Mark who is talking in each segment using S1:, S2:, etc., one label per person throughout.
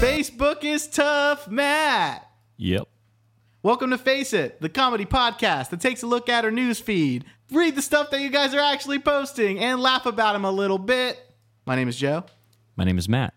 S1: Facebook is tough, Matt.
S2: Yep.
S1: Welcome to Face It, the comedy podcast that takes a look at our news feed, read the stuff that you guys are actually posting, and laugh about them a little bit. My name is Joe.
S2: My name is Matt.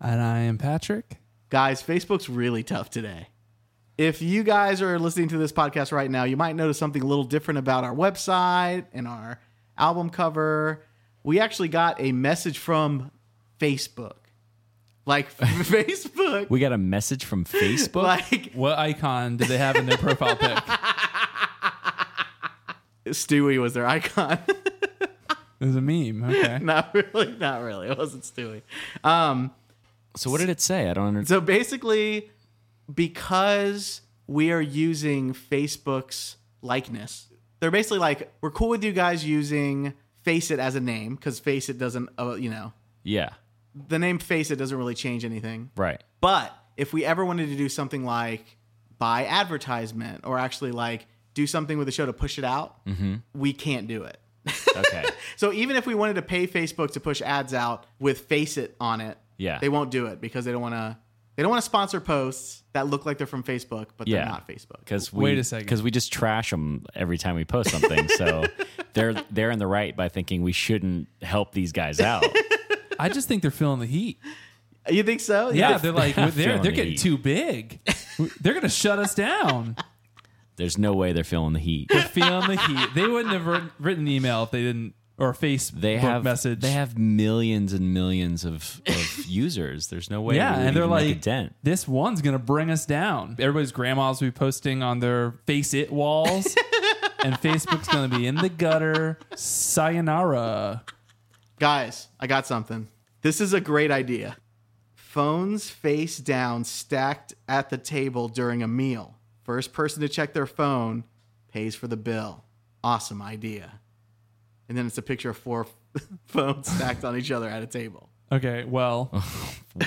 S3: And I am Patrick.
S1: Guys, Facebook's really tough today. If you guys are listening to this podcast right now, you might notice something a little different about our website and our album cover. We actually got a message from Facebook. Like Facebook.
S2: We got a message from Facebook.
S1: like
S3: What icon do they have in their profile pic?
S1: Stewie was their icon.
S3: It was a meme. Okay.
S1: not really, not really. It wasn't Stewie. Um,
S2: so what did it say? I don't understand.
S1: so basically, because we are using Facebook's likeness, they're basically like, we're cool with you guys using Face It as a name because Face It doesn't, uh, you know,
S2: Yeah.
S1: the name Face It doesn't really change anything.
S2: Right.
S1: But if we ever wanted to do something like buy advertisement or actually like do something with the show to push it out, we can't do it.
S2: Okay.
S1: So even if we wanted to pay Facebook to push ads out with Face It on it,
S2: Yeah.
S1: they won't do it because they don't want to. They don't want to sponsor posts that look like they're from Facebook, but they're
S2: Yeah.
S1: not Facebook.
S2: Because we,
S3: Wait a second.
S2: Because we just trash them every time we post something. So they're they're in the right by thinking we shouldn't help these guys out.
S3: I just think they're feeling the heat.
S1: You think so?
S3: Yeah, they're like
S2: They're
S3: they're they're,
S2: feeling the
S3: getting
S2: heat.
S3: too big. They're gonna shut us down.
S2: There's no way they're feeling the heat.
S3: They're feeling the heat. They wouldn't have writ- written an email if they didn't or face
S2: They have
S3: message.
S2: They have millions and millions of, of users. There's no way.
S3: yeah,
S2: we would
S3: and they're
S2: even make
S3: like,
S2: a dent.
S3: this one's gonna bring us down. Everybody's grandmas will be posting on their face it walls, and Facebook's gonna be in the gutter. Sayonara.
S1: Guys, I got something. This is a great idea. Phones face down stacked at the table during a meal. First person to check their phone pays for the bill. Awesome idea. And then it's a picture of four phones stacked on each other at a table.
S3: Okay, well.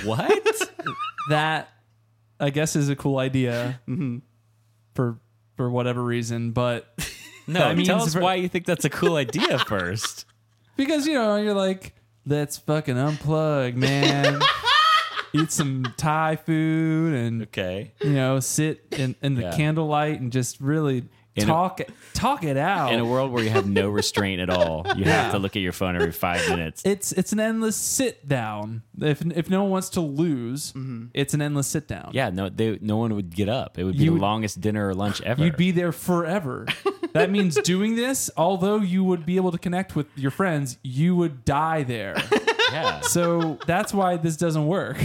S2: What?
S3: that I guess is a cool idea
S2: Mm-hmm.
S3: for for whatever reason, but
S2: No,
S3: That
S2: tell
S3: means
S2: us
S3: ver-
S2: why you think that's a cool idea first.
S3: because you know you're like, let's fucking unplug, man. Eat some Thai food and
S2: Okay.
S3: you know sit in, in the
S2: Yeah.
S3: candlelight and just really
S2: In a-
S3: talk talk it out.
S2: In a world where you have no restraint at all, you have
S3: Oh. Yeah.
S2: to look at your phone every five minutes.
S3: it's it's an endless sit down. If if no one wants to lose,
S2: Mm-hmm.
S3: it's an endless sit down.
S2: Yeah, no, they, no one would get up. It would be
S3: You
S2: the
S3: would-
S2: longest dinner or lunch ever.
S3: You'd be there forever. that means doing this, although you would be able to connect with your friends, you would die there.
S2: yeah,
S3: so that's why this doesn't work.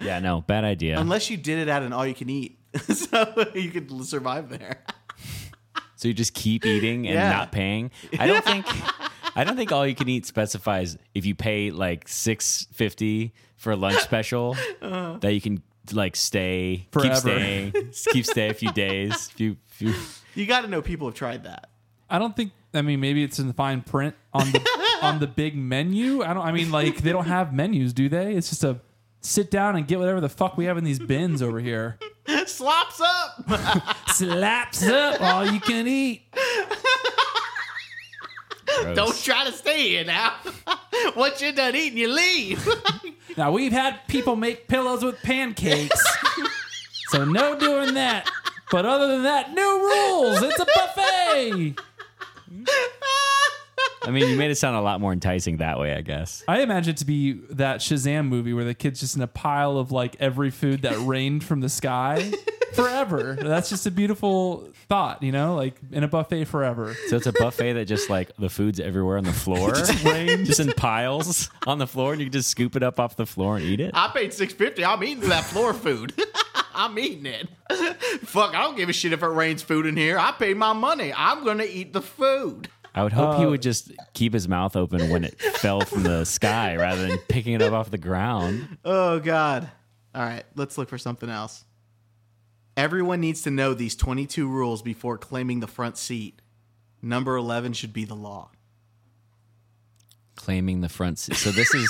S2: yeah, no, bad idea.
S1: Unless you did it at an all you can eat. so you could l- survive there.
S2: so you just keep eating and
S1: Yeah.
S2: not paying. I don't think, I don't think all you can eat specifies if you pay like six fifty for a lunch special that you can like stay
S3: Uh. Forever.
S2: keep staying, keep stay a few days, few few.
S1: You got to know people have tried that.
S3: I don't think. I mean, maybe it's in the fine print on the on the big menu. I don't. I mean, like they don't have menus, do they? It's just a sit down and get whatever the fuck we have in these bins over here.
S1: Slops up.
S3: Slaps up all you can eat.
S2: Gross.
S1: Don't try to stay here now. Once you're done eating, you leave.
S3: Now we've had people make pillows with pancakes, so no doing that. But other than that, new rules. It's a buffet.
S2: I mean, you made it sound a lot more enticing that way. I guess.
S3: I imagine it to be that Shazam movie where the kid's just in a pile of like every food that rained from the sky forever. That's just a beautiful thought, you know, like in a buffet forever.
S2: So it's a buffet that just like the food's everywhere on the floor, just in piles on the floor, and you can just scoop it up off the floor and eat it.
S1: I paid six fifty. I'm eating that floor food. I'm eating it. Fuck, I don't give a shit if it rains food in here. I paid my money. I'm gonna eat the food.
S2: I would hope he would just keep his mouth open when it fell from the sky rather than picking it up off the ground.
S1: Oh God. All right, let's look for something else. Everyone needs to know these 22 rules before claiming the front seat. Number 11 should be the law.
S2: Claiming the front seat. So this is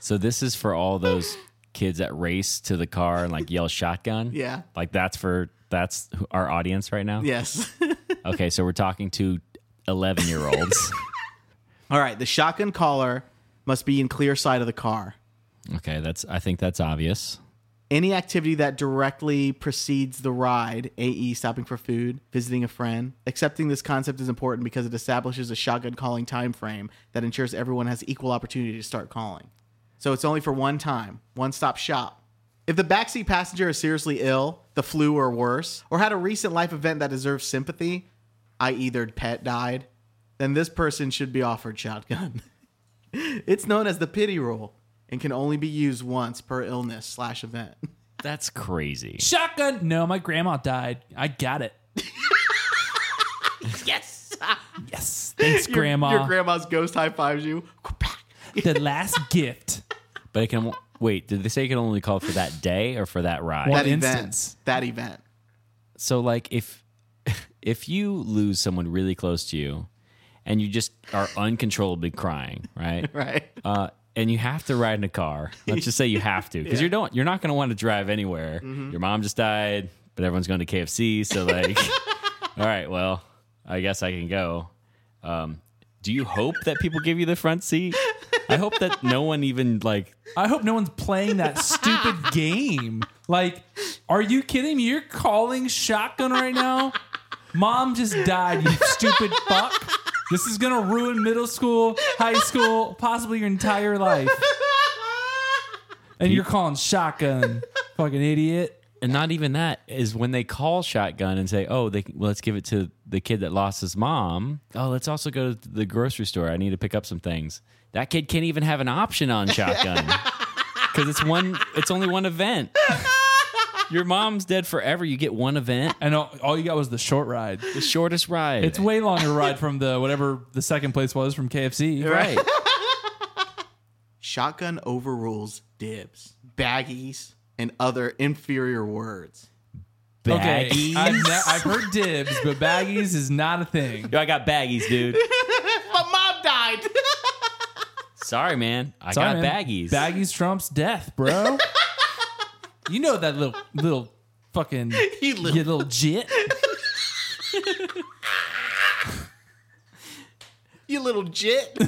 S2: So this is for all those kids that race to the car and like yell shotgun.
S1: Yeah.
S2: Like that's for that's who- our audience right now.
S1: Yes.
S2: Okay, so we're talking to 11 year olds.
S1: All right, the shotgun collar must be in clear sight of the car.
S2: Okay, that's I think that's obvious.
S1: Any activity that directly precedes the ride, i.e., stopping for food, visiting a friend. Accepting this concept is important because it establishes a shotgun calling time frame that ensures everyone has equal opportunity to start calling. So it's only for one time, one stop shop. If the backseat passenger is seriously ill, the flu or worse, or had a recent life event that deserves sympathy, i.e., their pet died, then this person should be offered shotgun. it's known as the pity rule and can only be used once per illness slash event.
S2: That's crazy.
S3: Shotgun. No, my grandma died. I got it.
S1: Yes.
S3: Yes. Thanks,
S1: Your-
S3: grandma.
S1: Your, grandma's ghost high fives you.
S3: the last gift.
S2: But it can wait. Did they say it can only call for that day or for that ride?
S3: Well-
S1: That
S3: instance.
S1: event. That event.
S2: so like if if you lose someone really close to you, and you just are uncontrollably crying, right?
S1: Right.
S2: Uh, and you have to ride in a car. Let's just say you have to, because you don't. You're not going to want to drive anywhere. Your mom just died, but everyone's going to KFC. So like, all right, well, I guess I can go. Um, do you hope that people give you the front seat? I hope that no one even like.
S3: I hope no one's playing that stupid game. Like, are you kidding me? You're calling shotgun right now? Mom just died, you stupid fuck. This is gonna ruin middle school, high school, possibly your entire life. And you're calling shotgun, fucking idiot.
S2: And not even that is when they call shotgun and say, "Oh, they well, let's give it to the kid that lost his mom." Oh, let's also go to the grocery store. I need to pick up some things. That kid can't even have an option on shotgun because it's one. It's only one event. Your mom's dead forever. You get one event,
S3: And all, all you got was the short ride.
S2: the shortest ride.
S3: It's way longer ride from the whatever the second place was from KFC.
S2: right.
S1: Shotgun overrules dibs, baggies, and other inferior words.
S2: baggies.
S3: I've, ne- I've heard dibs, but baggies is not a thing.
S2: Yo, I got baggies, dude.
S1: But mom died.
S2: Sorry, man. I
S3: Sorry,
S2: got
S3: man.
S2: baggies.
S3: Baggies trumps death, bro. you know that little little fucking
S1: you
S3: you
S1: little.
S3: little jit.
S1: You little jit.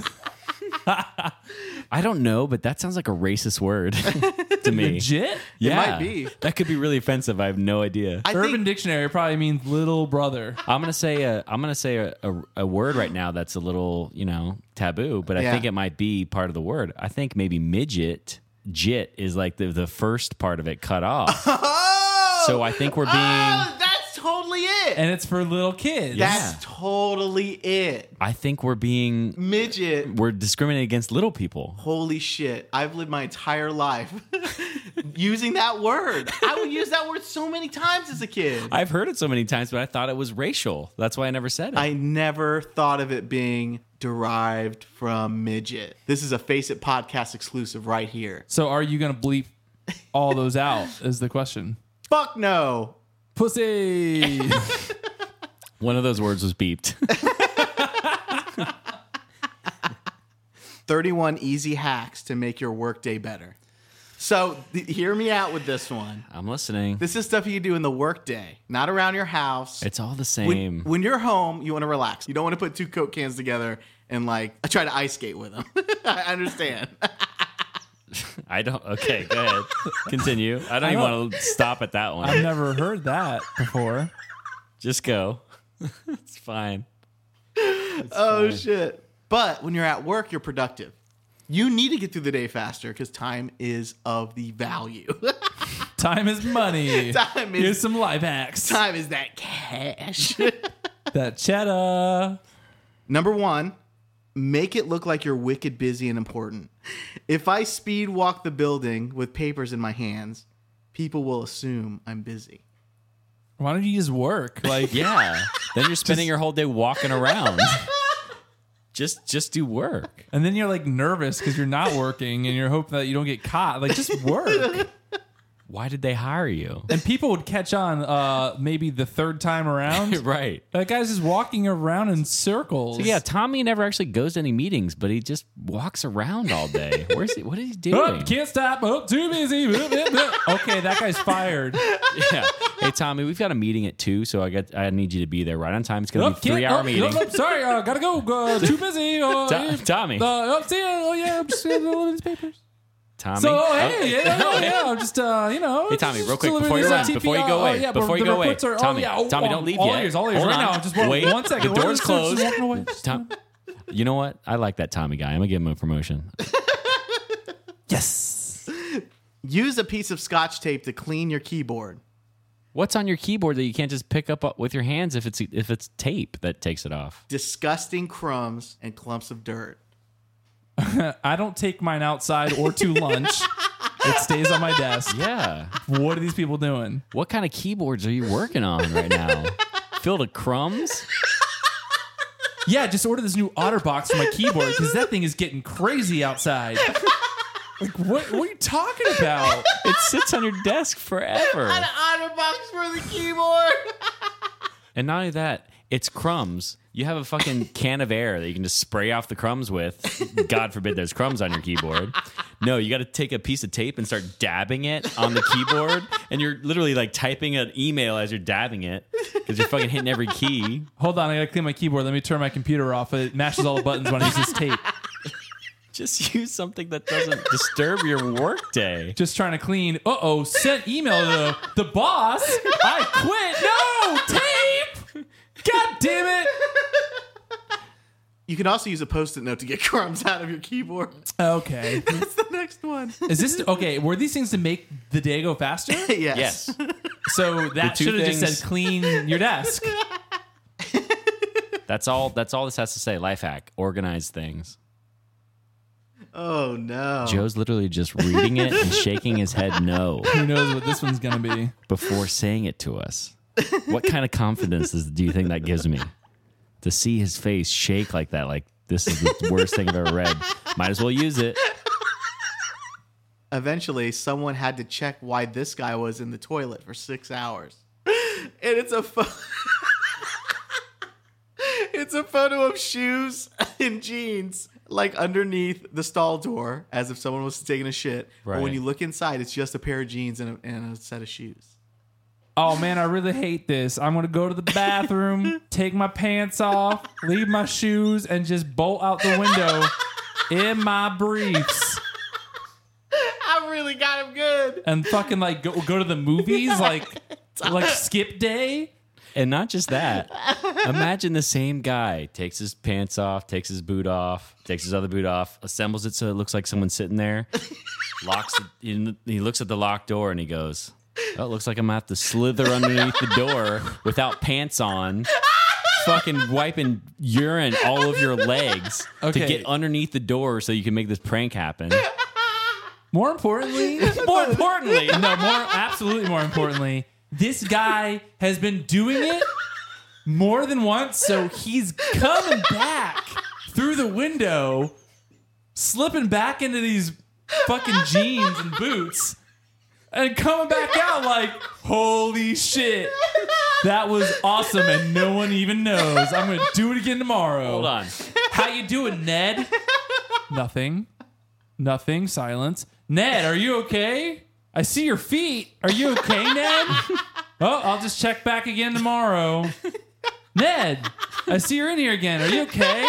S2: I don't know, but that sounds like a racist word to me.
S3: Jit?
S2: Yeah.
S1: might be.
S2: That could be really offensive. I have no idea.
S1: I
S3: Urban
S1: think
S3: Dictionary probably means little brother.
S2: I'm gonna say a I'm gonna say a, a, a word right now that's a little you know taboo, but I
S1: Yeah.
S2: think it might be part of the word. I think maybe midget jit is like the the first part of it cut off. so I think we're being
S1: Oh, that's totally it.
S3: And it's for little kids.
S1: that's
S2: yeah.
S1: totally it.
S2: I think we're being
S1: Midget
S2: we're discriminating against little people.
S1: Holy shit, I've lived my entire life using that word. I would use that word so many times as a kid.
S2: I've heard it so many times, but I thought it was racial. That's why I never said it.
S1: I never thought of it being derived from midget. This is a Face It podcast exclusive right here.
S3: So are you gonna bleep all those out is the question.
S1: Fuck no.
S3: Pussy.
S2: One of those words was beeped.
S1: 31 easy hacks to make your workday better. So, th- hear me out with this one.
S2: I'm listening.
S1: This is stuff you do in the workday, not around your house.
S2: It's all the
S1: when,
S2: same.
S1: when you're home, you want to relax. You don't want to put two Coke cans together and like try to ice skate with them. I understand.
S2: I don't. Okay, go ahead. Continue. I don't even
S3: don't-
S2: want to stop at that one.
S3: I've never heard that before.
S2: Just go. it's fine.
S1: oh shit. But when you're at work, you're productive. You need to get through the day faster because time is of the value.
S3: Time is money.
S1: Time is-
S3: Here's some life hacks.
S1: time is that cash.
S3: That cheddar.
S1: Number one, make it look like you're wicked busy and important. If I speed walk the building with papers in my hands, people will assume I'm busy.
S3: Why don't you just work? Like
S2: Yeah. then you're spending your whole day walking around. just just do work.
S3: And then you're like nervous because you're not working and you're hoping that you don't get caught. Like, just work.
S2: Why did they hire you?
S3: and people would catch on uh, maybe the third time around.
S2: right.
S3: That guy's just walking around in circles.
S2: Yeah, Tommy never actually goes to any meetings, but he just walks around all day. Where's he? What is he
S3: Oh,
S2: doing?
S3: can't stop. Oh, too busy. Blah, blah, blah. okay, that guy's fired.
S2: yeah. Hey Tommy, we've got a meeting at two, so I got I need you to be there right on time. It's gonna
S3: Oh,
S2: be a three hour
S3: oh,
S2: meeting.
S3: oh, oh, sorry, uh, gotta go. Uh, too busy. Uh,
S2: To- Tommy.
S3: Uh, oh, see ya. Oh, yeah. I'm just uh, these papers.
S2: Tommy.
S3: So oh,
S2: Oh,
S3: hey, yeah, oh, yeah, I'm just uh, you know.
S2: Hey Tommy,
S3: just
S2: real quick
S3: delivering
S2: before you
S3: these
S2: run,
S3: on TPR.
S2: before you go
S3: Oh,
S2: away,
S3: yeah,
S2: before you
S3: the
S2: go away,
S3: reports are- oh,
S2: Tommy,
S3: yeah, oh,
S2: Tommy,
S3: oh,
S2: don't leave
S3: all
S2: yet.
S3: Ears, all ears,
S2: Hold
S3: right
S2: on.
S3: now. I'm just walking-
S2: Wait,
S3: one second.
S2: the
S3: One
S2: door's
S3: of clerks is
S2: closed.
S3: walking away.
S2: Tom, you know what? I like that Tommy guy. I'm gonna give him a promotion.
S3: Yes.
S1: Use a piece of scotch tape to clean your keyboard.
S2: What's on your keyboard that you can't just pick up uh, with your hands if it's if it's tape that takes it off?
S1: Disgusting crumbs and clumps of dirt.
S3: Uh, I don't take mine outside or to lunch. it stays on my desk.
S2: Yeah.
S3: What are these people doing?
S2: What kind of keyboards are you working on right now? Filled with crumbs?
S3: Yeah, just order this new OtterBox for my keyboard because that thing is getting crazy outside. Like, what, what are you talking about?
S2: It sits on your desk forever.
S1: otter box for the keyboard.
S2: And not only that, it's crumbs. You have a fucking can of air that you can just spray off the crumbs with. God forbid there's crumbs on your keyboard. No, you got to take a piece of tape and start dabbing it on the keyboard. And you're literally like typing an email as you're dabbing it because you're fucking hitting every key.
S3: Hold on, I gotta clean my keyboard. Let me turn my computer off. It mashes all the buttons when I use this tape.
S2: Just use something that doesn't disturb your workday.
S3: Just trying to clean. Uh oh, sent email to the boss. I quit. No tape. God damn it.
S1: You can also use a post-it note to get crumbs out of your keyboard.
S3: Okay.
S1: That's the next one.
S3: Is this okay? Were these things to make the day go faster?
S1: yes.
S2: Yes.
S3: So that
S2: two
S3: should have just
S2: things-
S3: said clean your desk.
S2: That's all that's all this has to say. Life hack. Organize things.
S1: Oh no.
S2: Um, Joe's literally just reading it and shaking his head no.
S3: Who knows what this one's gonna be?
S2: before saying it to us. What kind of confidence is, do you think that gives me? To see his face shake like that, like this is the worst thing I've ever read. Might as well use it.
S1: Eventually, someone had to check why this guy was in the toilet for six hours, and it's a photo. it's a photo of shoes and jeans like underneath the stall door, as if someone was taking a shit. But
S2: Right.
S1: when you look inside, it's just a pair of jeans and a, and a set of shoes.
S3: Oh man, I really hate this. I'm gonna go to the bathroom, take my pants off, leave my shoes, and just bolt out the window in my briefs.
S1: I really got him good.
S3: and fucking like go, go to the movies like like skip day
S2: And not just that. Imagine the same guy takes his pants off, takes his boot off, takes his other boot off, assembles it so it looks like someone's sitting there, locks it in, he looks at the locked door and he goes, Oh, it looks like I'm gonna have to slither underneath the door without pants on. Fucking wiping urine all over your legs
S3: Okay.
S2: to get underneath the door so you can make this prank happen.
S3: more importantly
S2: More importantly,
S3: no more absolutely more importantly this guy has been doing it more than once so he's coming back through the window slipping back into these fucking jeans and boots and coming back out like holy shit that was awesome and no one even knows i'm gonna do it again tomorrow
S2: hold on.
S3: How you doing, Ned? Nothing. Nothing. Silence. Ned, are you okay? I see your feet. Are you okay, Ned? Oh, I'll just check back again tomorrow. Ned, I see you're in here again. Are you okay?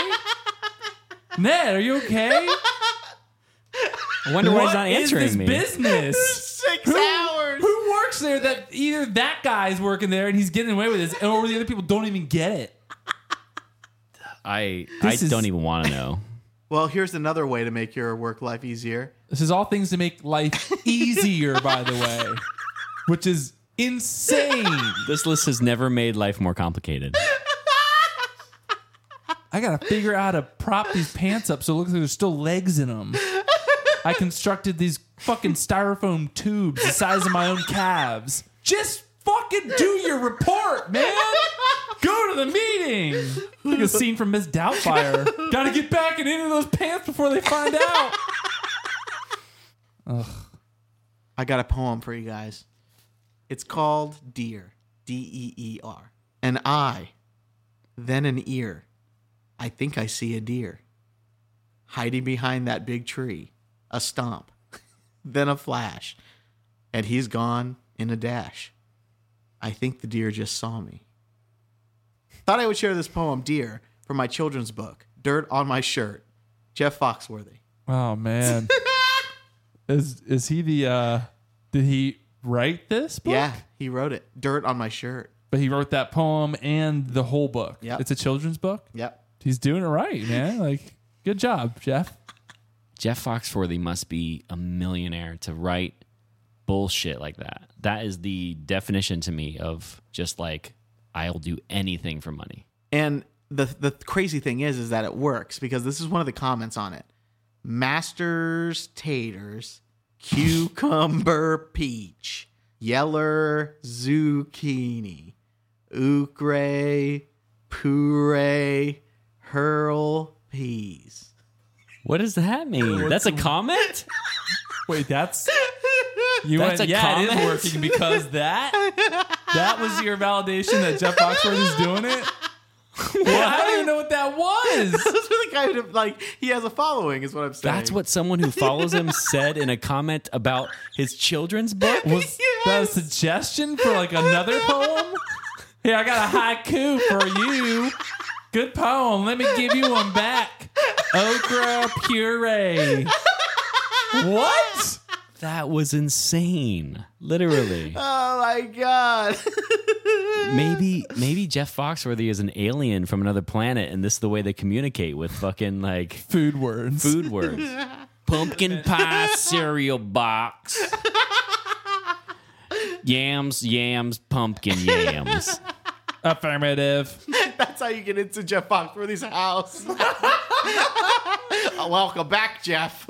S3: Ned, are you okay?
S2: I wonder why he's
S3: What
S2: not
S3: is
S2: answering
S3: this
S2: me.
S3: business?
S1: Six
S3: Who-
S1: hours.
S3: Who works there that either that guy's working there and he's getting away with this, or the other people don't even get it?
S2: I I
S3: This is-
S2: don't even want to know.
S1: Well, here's another way to make your work life easier.
S3: This is all things to make life easier, by the way, which is insane.
S2: This list has never made life more complicated.
S3: I gotta figure out how to prop these pants up so it looks like there's still legs in them. I constructed these fucking styrofoam tubes the size of my own calves. Just fucking do your report, man. Go to the meeting. Like a scene from Miss Doubtfire. Gotta get back and into those pants before they find out.
S1: I got a poem for you guys. It's called Deer, D E E R. An eye, then an ear. I think I see a deer hiding behind that big tree. A stomp, then a flash, and he's gone in a dash. I think the deer just saw me. Thought I would share this poem, Deer, from my children's book, Dirt on My Shirt, Jeff Foxworthy.
S3: Oh man. Is is he the? uh Did he write this book?
S1: Yeah, he wrote it. Dirt on my shirt.
S3: But he wrote that poem and the whole book.
S1: Yep.
S3: It's a children's book.
S1: Yep.
S3: He's doing it right, man. Like, good job, Jeff.
S2: Jeff Foxworthy must be a millionaire to write bullshit like that. That is the definition to me of just like I'll do anything for money.
S1: And the the crazy thing is, is that it works because this is one of the comments on it. Masters taters, cucumber peach, yeller zucchini, ukray, puree, hurl peas.
S2: What does that mean? That's a comment?
S3: Wait, that's you
S2: That's
S3: went.
S2: a
S3: Yeah, it
S2: comment?
S3: is working because that that was your validation that Jeff Foxworthy is doing it. Well, I don't even know what that was.
S1: That's really kind of like he has a following, is what I'm saying.
S2: That's what someone who follows him said in a comment about his children's book.
S3: Was that a suggestion for like another poem? Here, I got a haiku for you. Good poem. Let me give you one back. Okra puree. What?
S2: That was insane. Literally.
S1: Oh my god.
S2: Maybe maybe Jeff Foxworthy is an alien from another planet and this is the way they communicate with fucking like
S3: Food words.
S2: food words. Pumpkin pie cereal box. Yams, yams, pumpkin yams.
S3: Affirmative.
S1: That's how you get into Jeff Foxworthy's house. Welcome back, Jeff.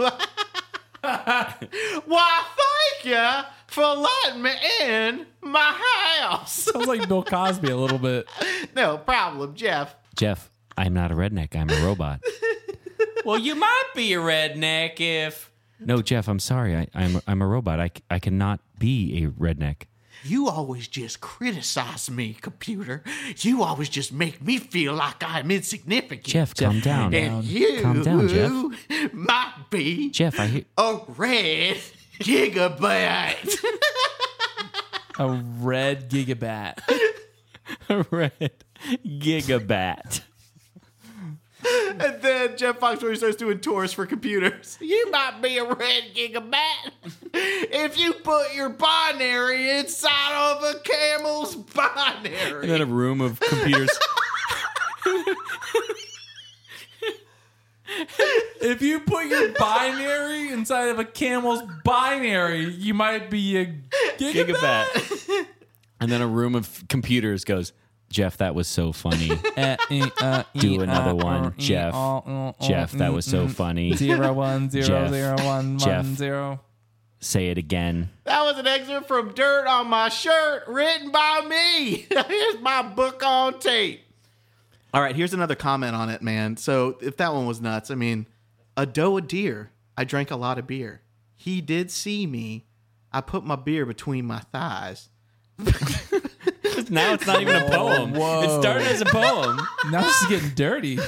S1: Why, thank you for letting me in my house.
S3: Sounds like Bill Cosby a little bit.
S1: No problem, Jeff.
S2: Jeff, I'm not a redneck. I'm a robot. well, you might be a redneck if. No, Jeff, I'm sorry. I, I'm, I'm a robot. I, c- I cannot be a redneck.
S1: You always just criticize me, computer. You always just make me feel like I'm insignificant.
S2: Jeff, calm down.
S1: and you
S2: Calm down, Jeff.
S1: might be
S2: Jeff, I hear.
S1: a red gigabyte.
S3: A red gigabat.
S2: A red gigabat.
S1: And then Jeff Foxworthy starts doing tours for computers. You might be a red gigabat if you put your binary inside of a camel's binary.
S2: a room of computers.
S3: If you put your binary inside of a camel's binary, you might be a gigabat.
S2: gigabat. and then a room of computers goes, Jeff, that was so funny.
S3: Eh, uh, e,
S2: Do another one, Jeff. Jeff, that was so funny.
S3: mm-hmm. Zero one zero
S2: Jeff.
S3: zero one
S2: Jeff.
S3: one zero.
S2: Say it again.
S1: That was an excerpt from Dirt on My Shirt, written by me. here's my book on tape. All right, here's another comment on it, man. So if that one was nuts, I mean, a doe a deer. I drank a lot of beer. He did see me. I put my beer between my thighs.
S2: Now it's not even a poem.
S3: Whoa.
S2: It started as a poem.
S3: Now she's getting dirty.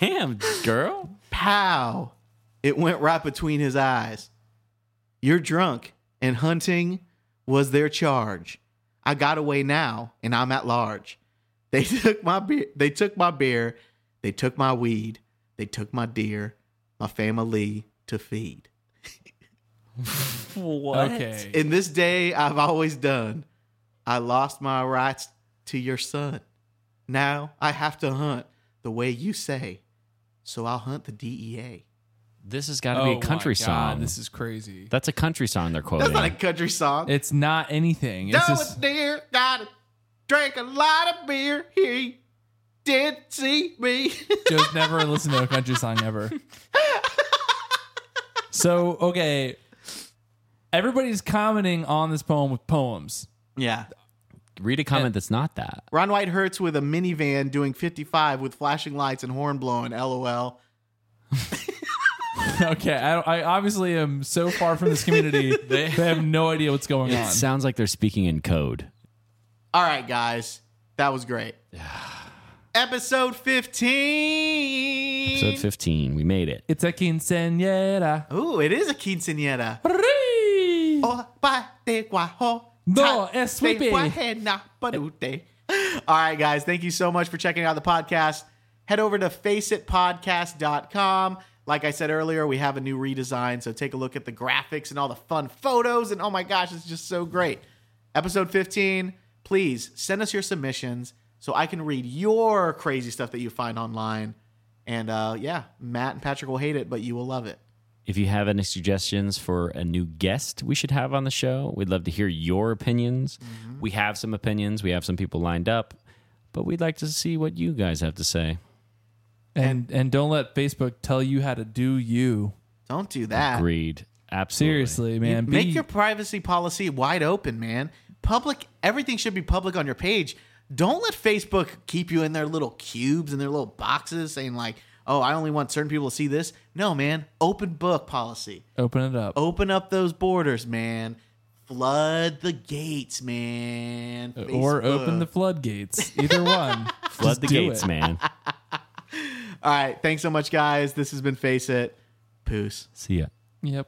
S2: Damn, girl.
S1: pow it went right between his eyes you're drunk and hunting was their charge i got away now and i'm at large they took my beer they took my beer they took my weed they took my deer my family to feed
S2: What?
S3: Okay.
S1: in this day i've always done i lost my rights to your son now i have to hunt the way you say so i'll hunt the E dea
S2: This has got to be a country song.
S3: Oh This is crazy.
S2: That's a country song they're quoting.
S1: that's not a country song
S3: It's not anything. It's
S1: Doe
S3: just
S1: a deer, gotta drink a lot of beer. He did see me.
S3: Joe's never listened to a country song ever. So okay, everybody's commenting on this poem with poems.
S1: yeah.
S2: Read a comment that's not that.
S1: Ron White hurts with a minivan doing 55 with flashing lights and horn blowing. LOL.
S3: Okay, I, don't, I obviously am so far from this community. they have no idea what's going
S2: It
S3: on.
S2: sounds like they're speaking in code.
S1: All right, guys. That was great. Episode 15.
S2: Episode 15. We made it.
S3: it's a quinceañera.
S1: Ooh, it is a quinceanera.
S3: Hooray!
S1: Oh, pa, te, gua, ho,
S3: No,
S1: ta,
S3: es
S1: te,
S3: sweepy.
S1: gua, he, na, pa, do, te. All right, guys. Thank you so much for checking out the podcast. Head over to faceitpodcast.com. Like I said earlier, we have a new redesign, so take a look at the graphics and all the fun photos. And oh my gosh, it's just so great. Episode 15, please send us your submissions so I can read your crazy stuff that you find online. And uh, yeah, Matt and Patrick will hate it, but you will love it.
S2: If you have any suggestions for a new guest we should have on the show, we'd love to hear your opinions. We have some opinions, we have some people lined up, but we'd like to see what you guys have to say.
S3: And and don't let Facebook tell you how to do you.
S1: Don't do that.
S2: Agreed. Absolutely.
S3: Seriously, man.
S1: Make
S3: be-
S1: your privacy policy wide open, man. Public, everything should be public on your page. Don't let Facebook keep you in their little cubes and their little boxes saying, like, oh, I only want certain people to see this. No, man. Open book policy.
S3: open it up.
S1: Open up those borders, man. Flood the gates, man.
S3: or open
S1: Facebook.
S3: the floodgates. Either one.
S2: Flood the gates, man.
S1: All right. Thanks so much, guys. This has been Face It. Peace.
S2: See ya.
S3: Yep.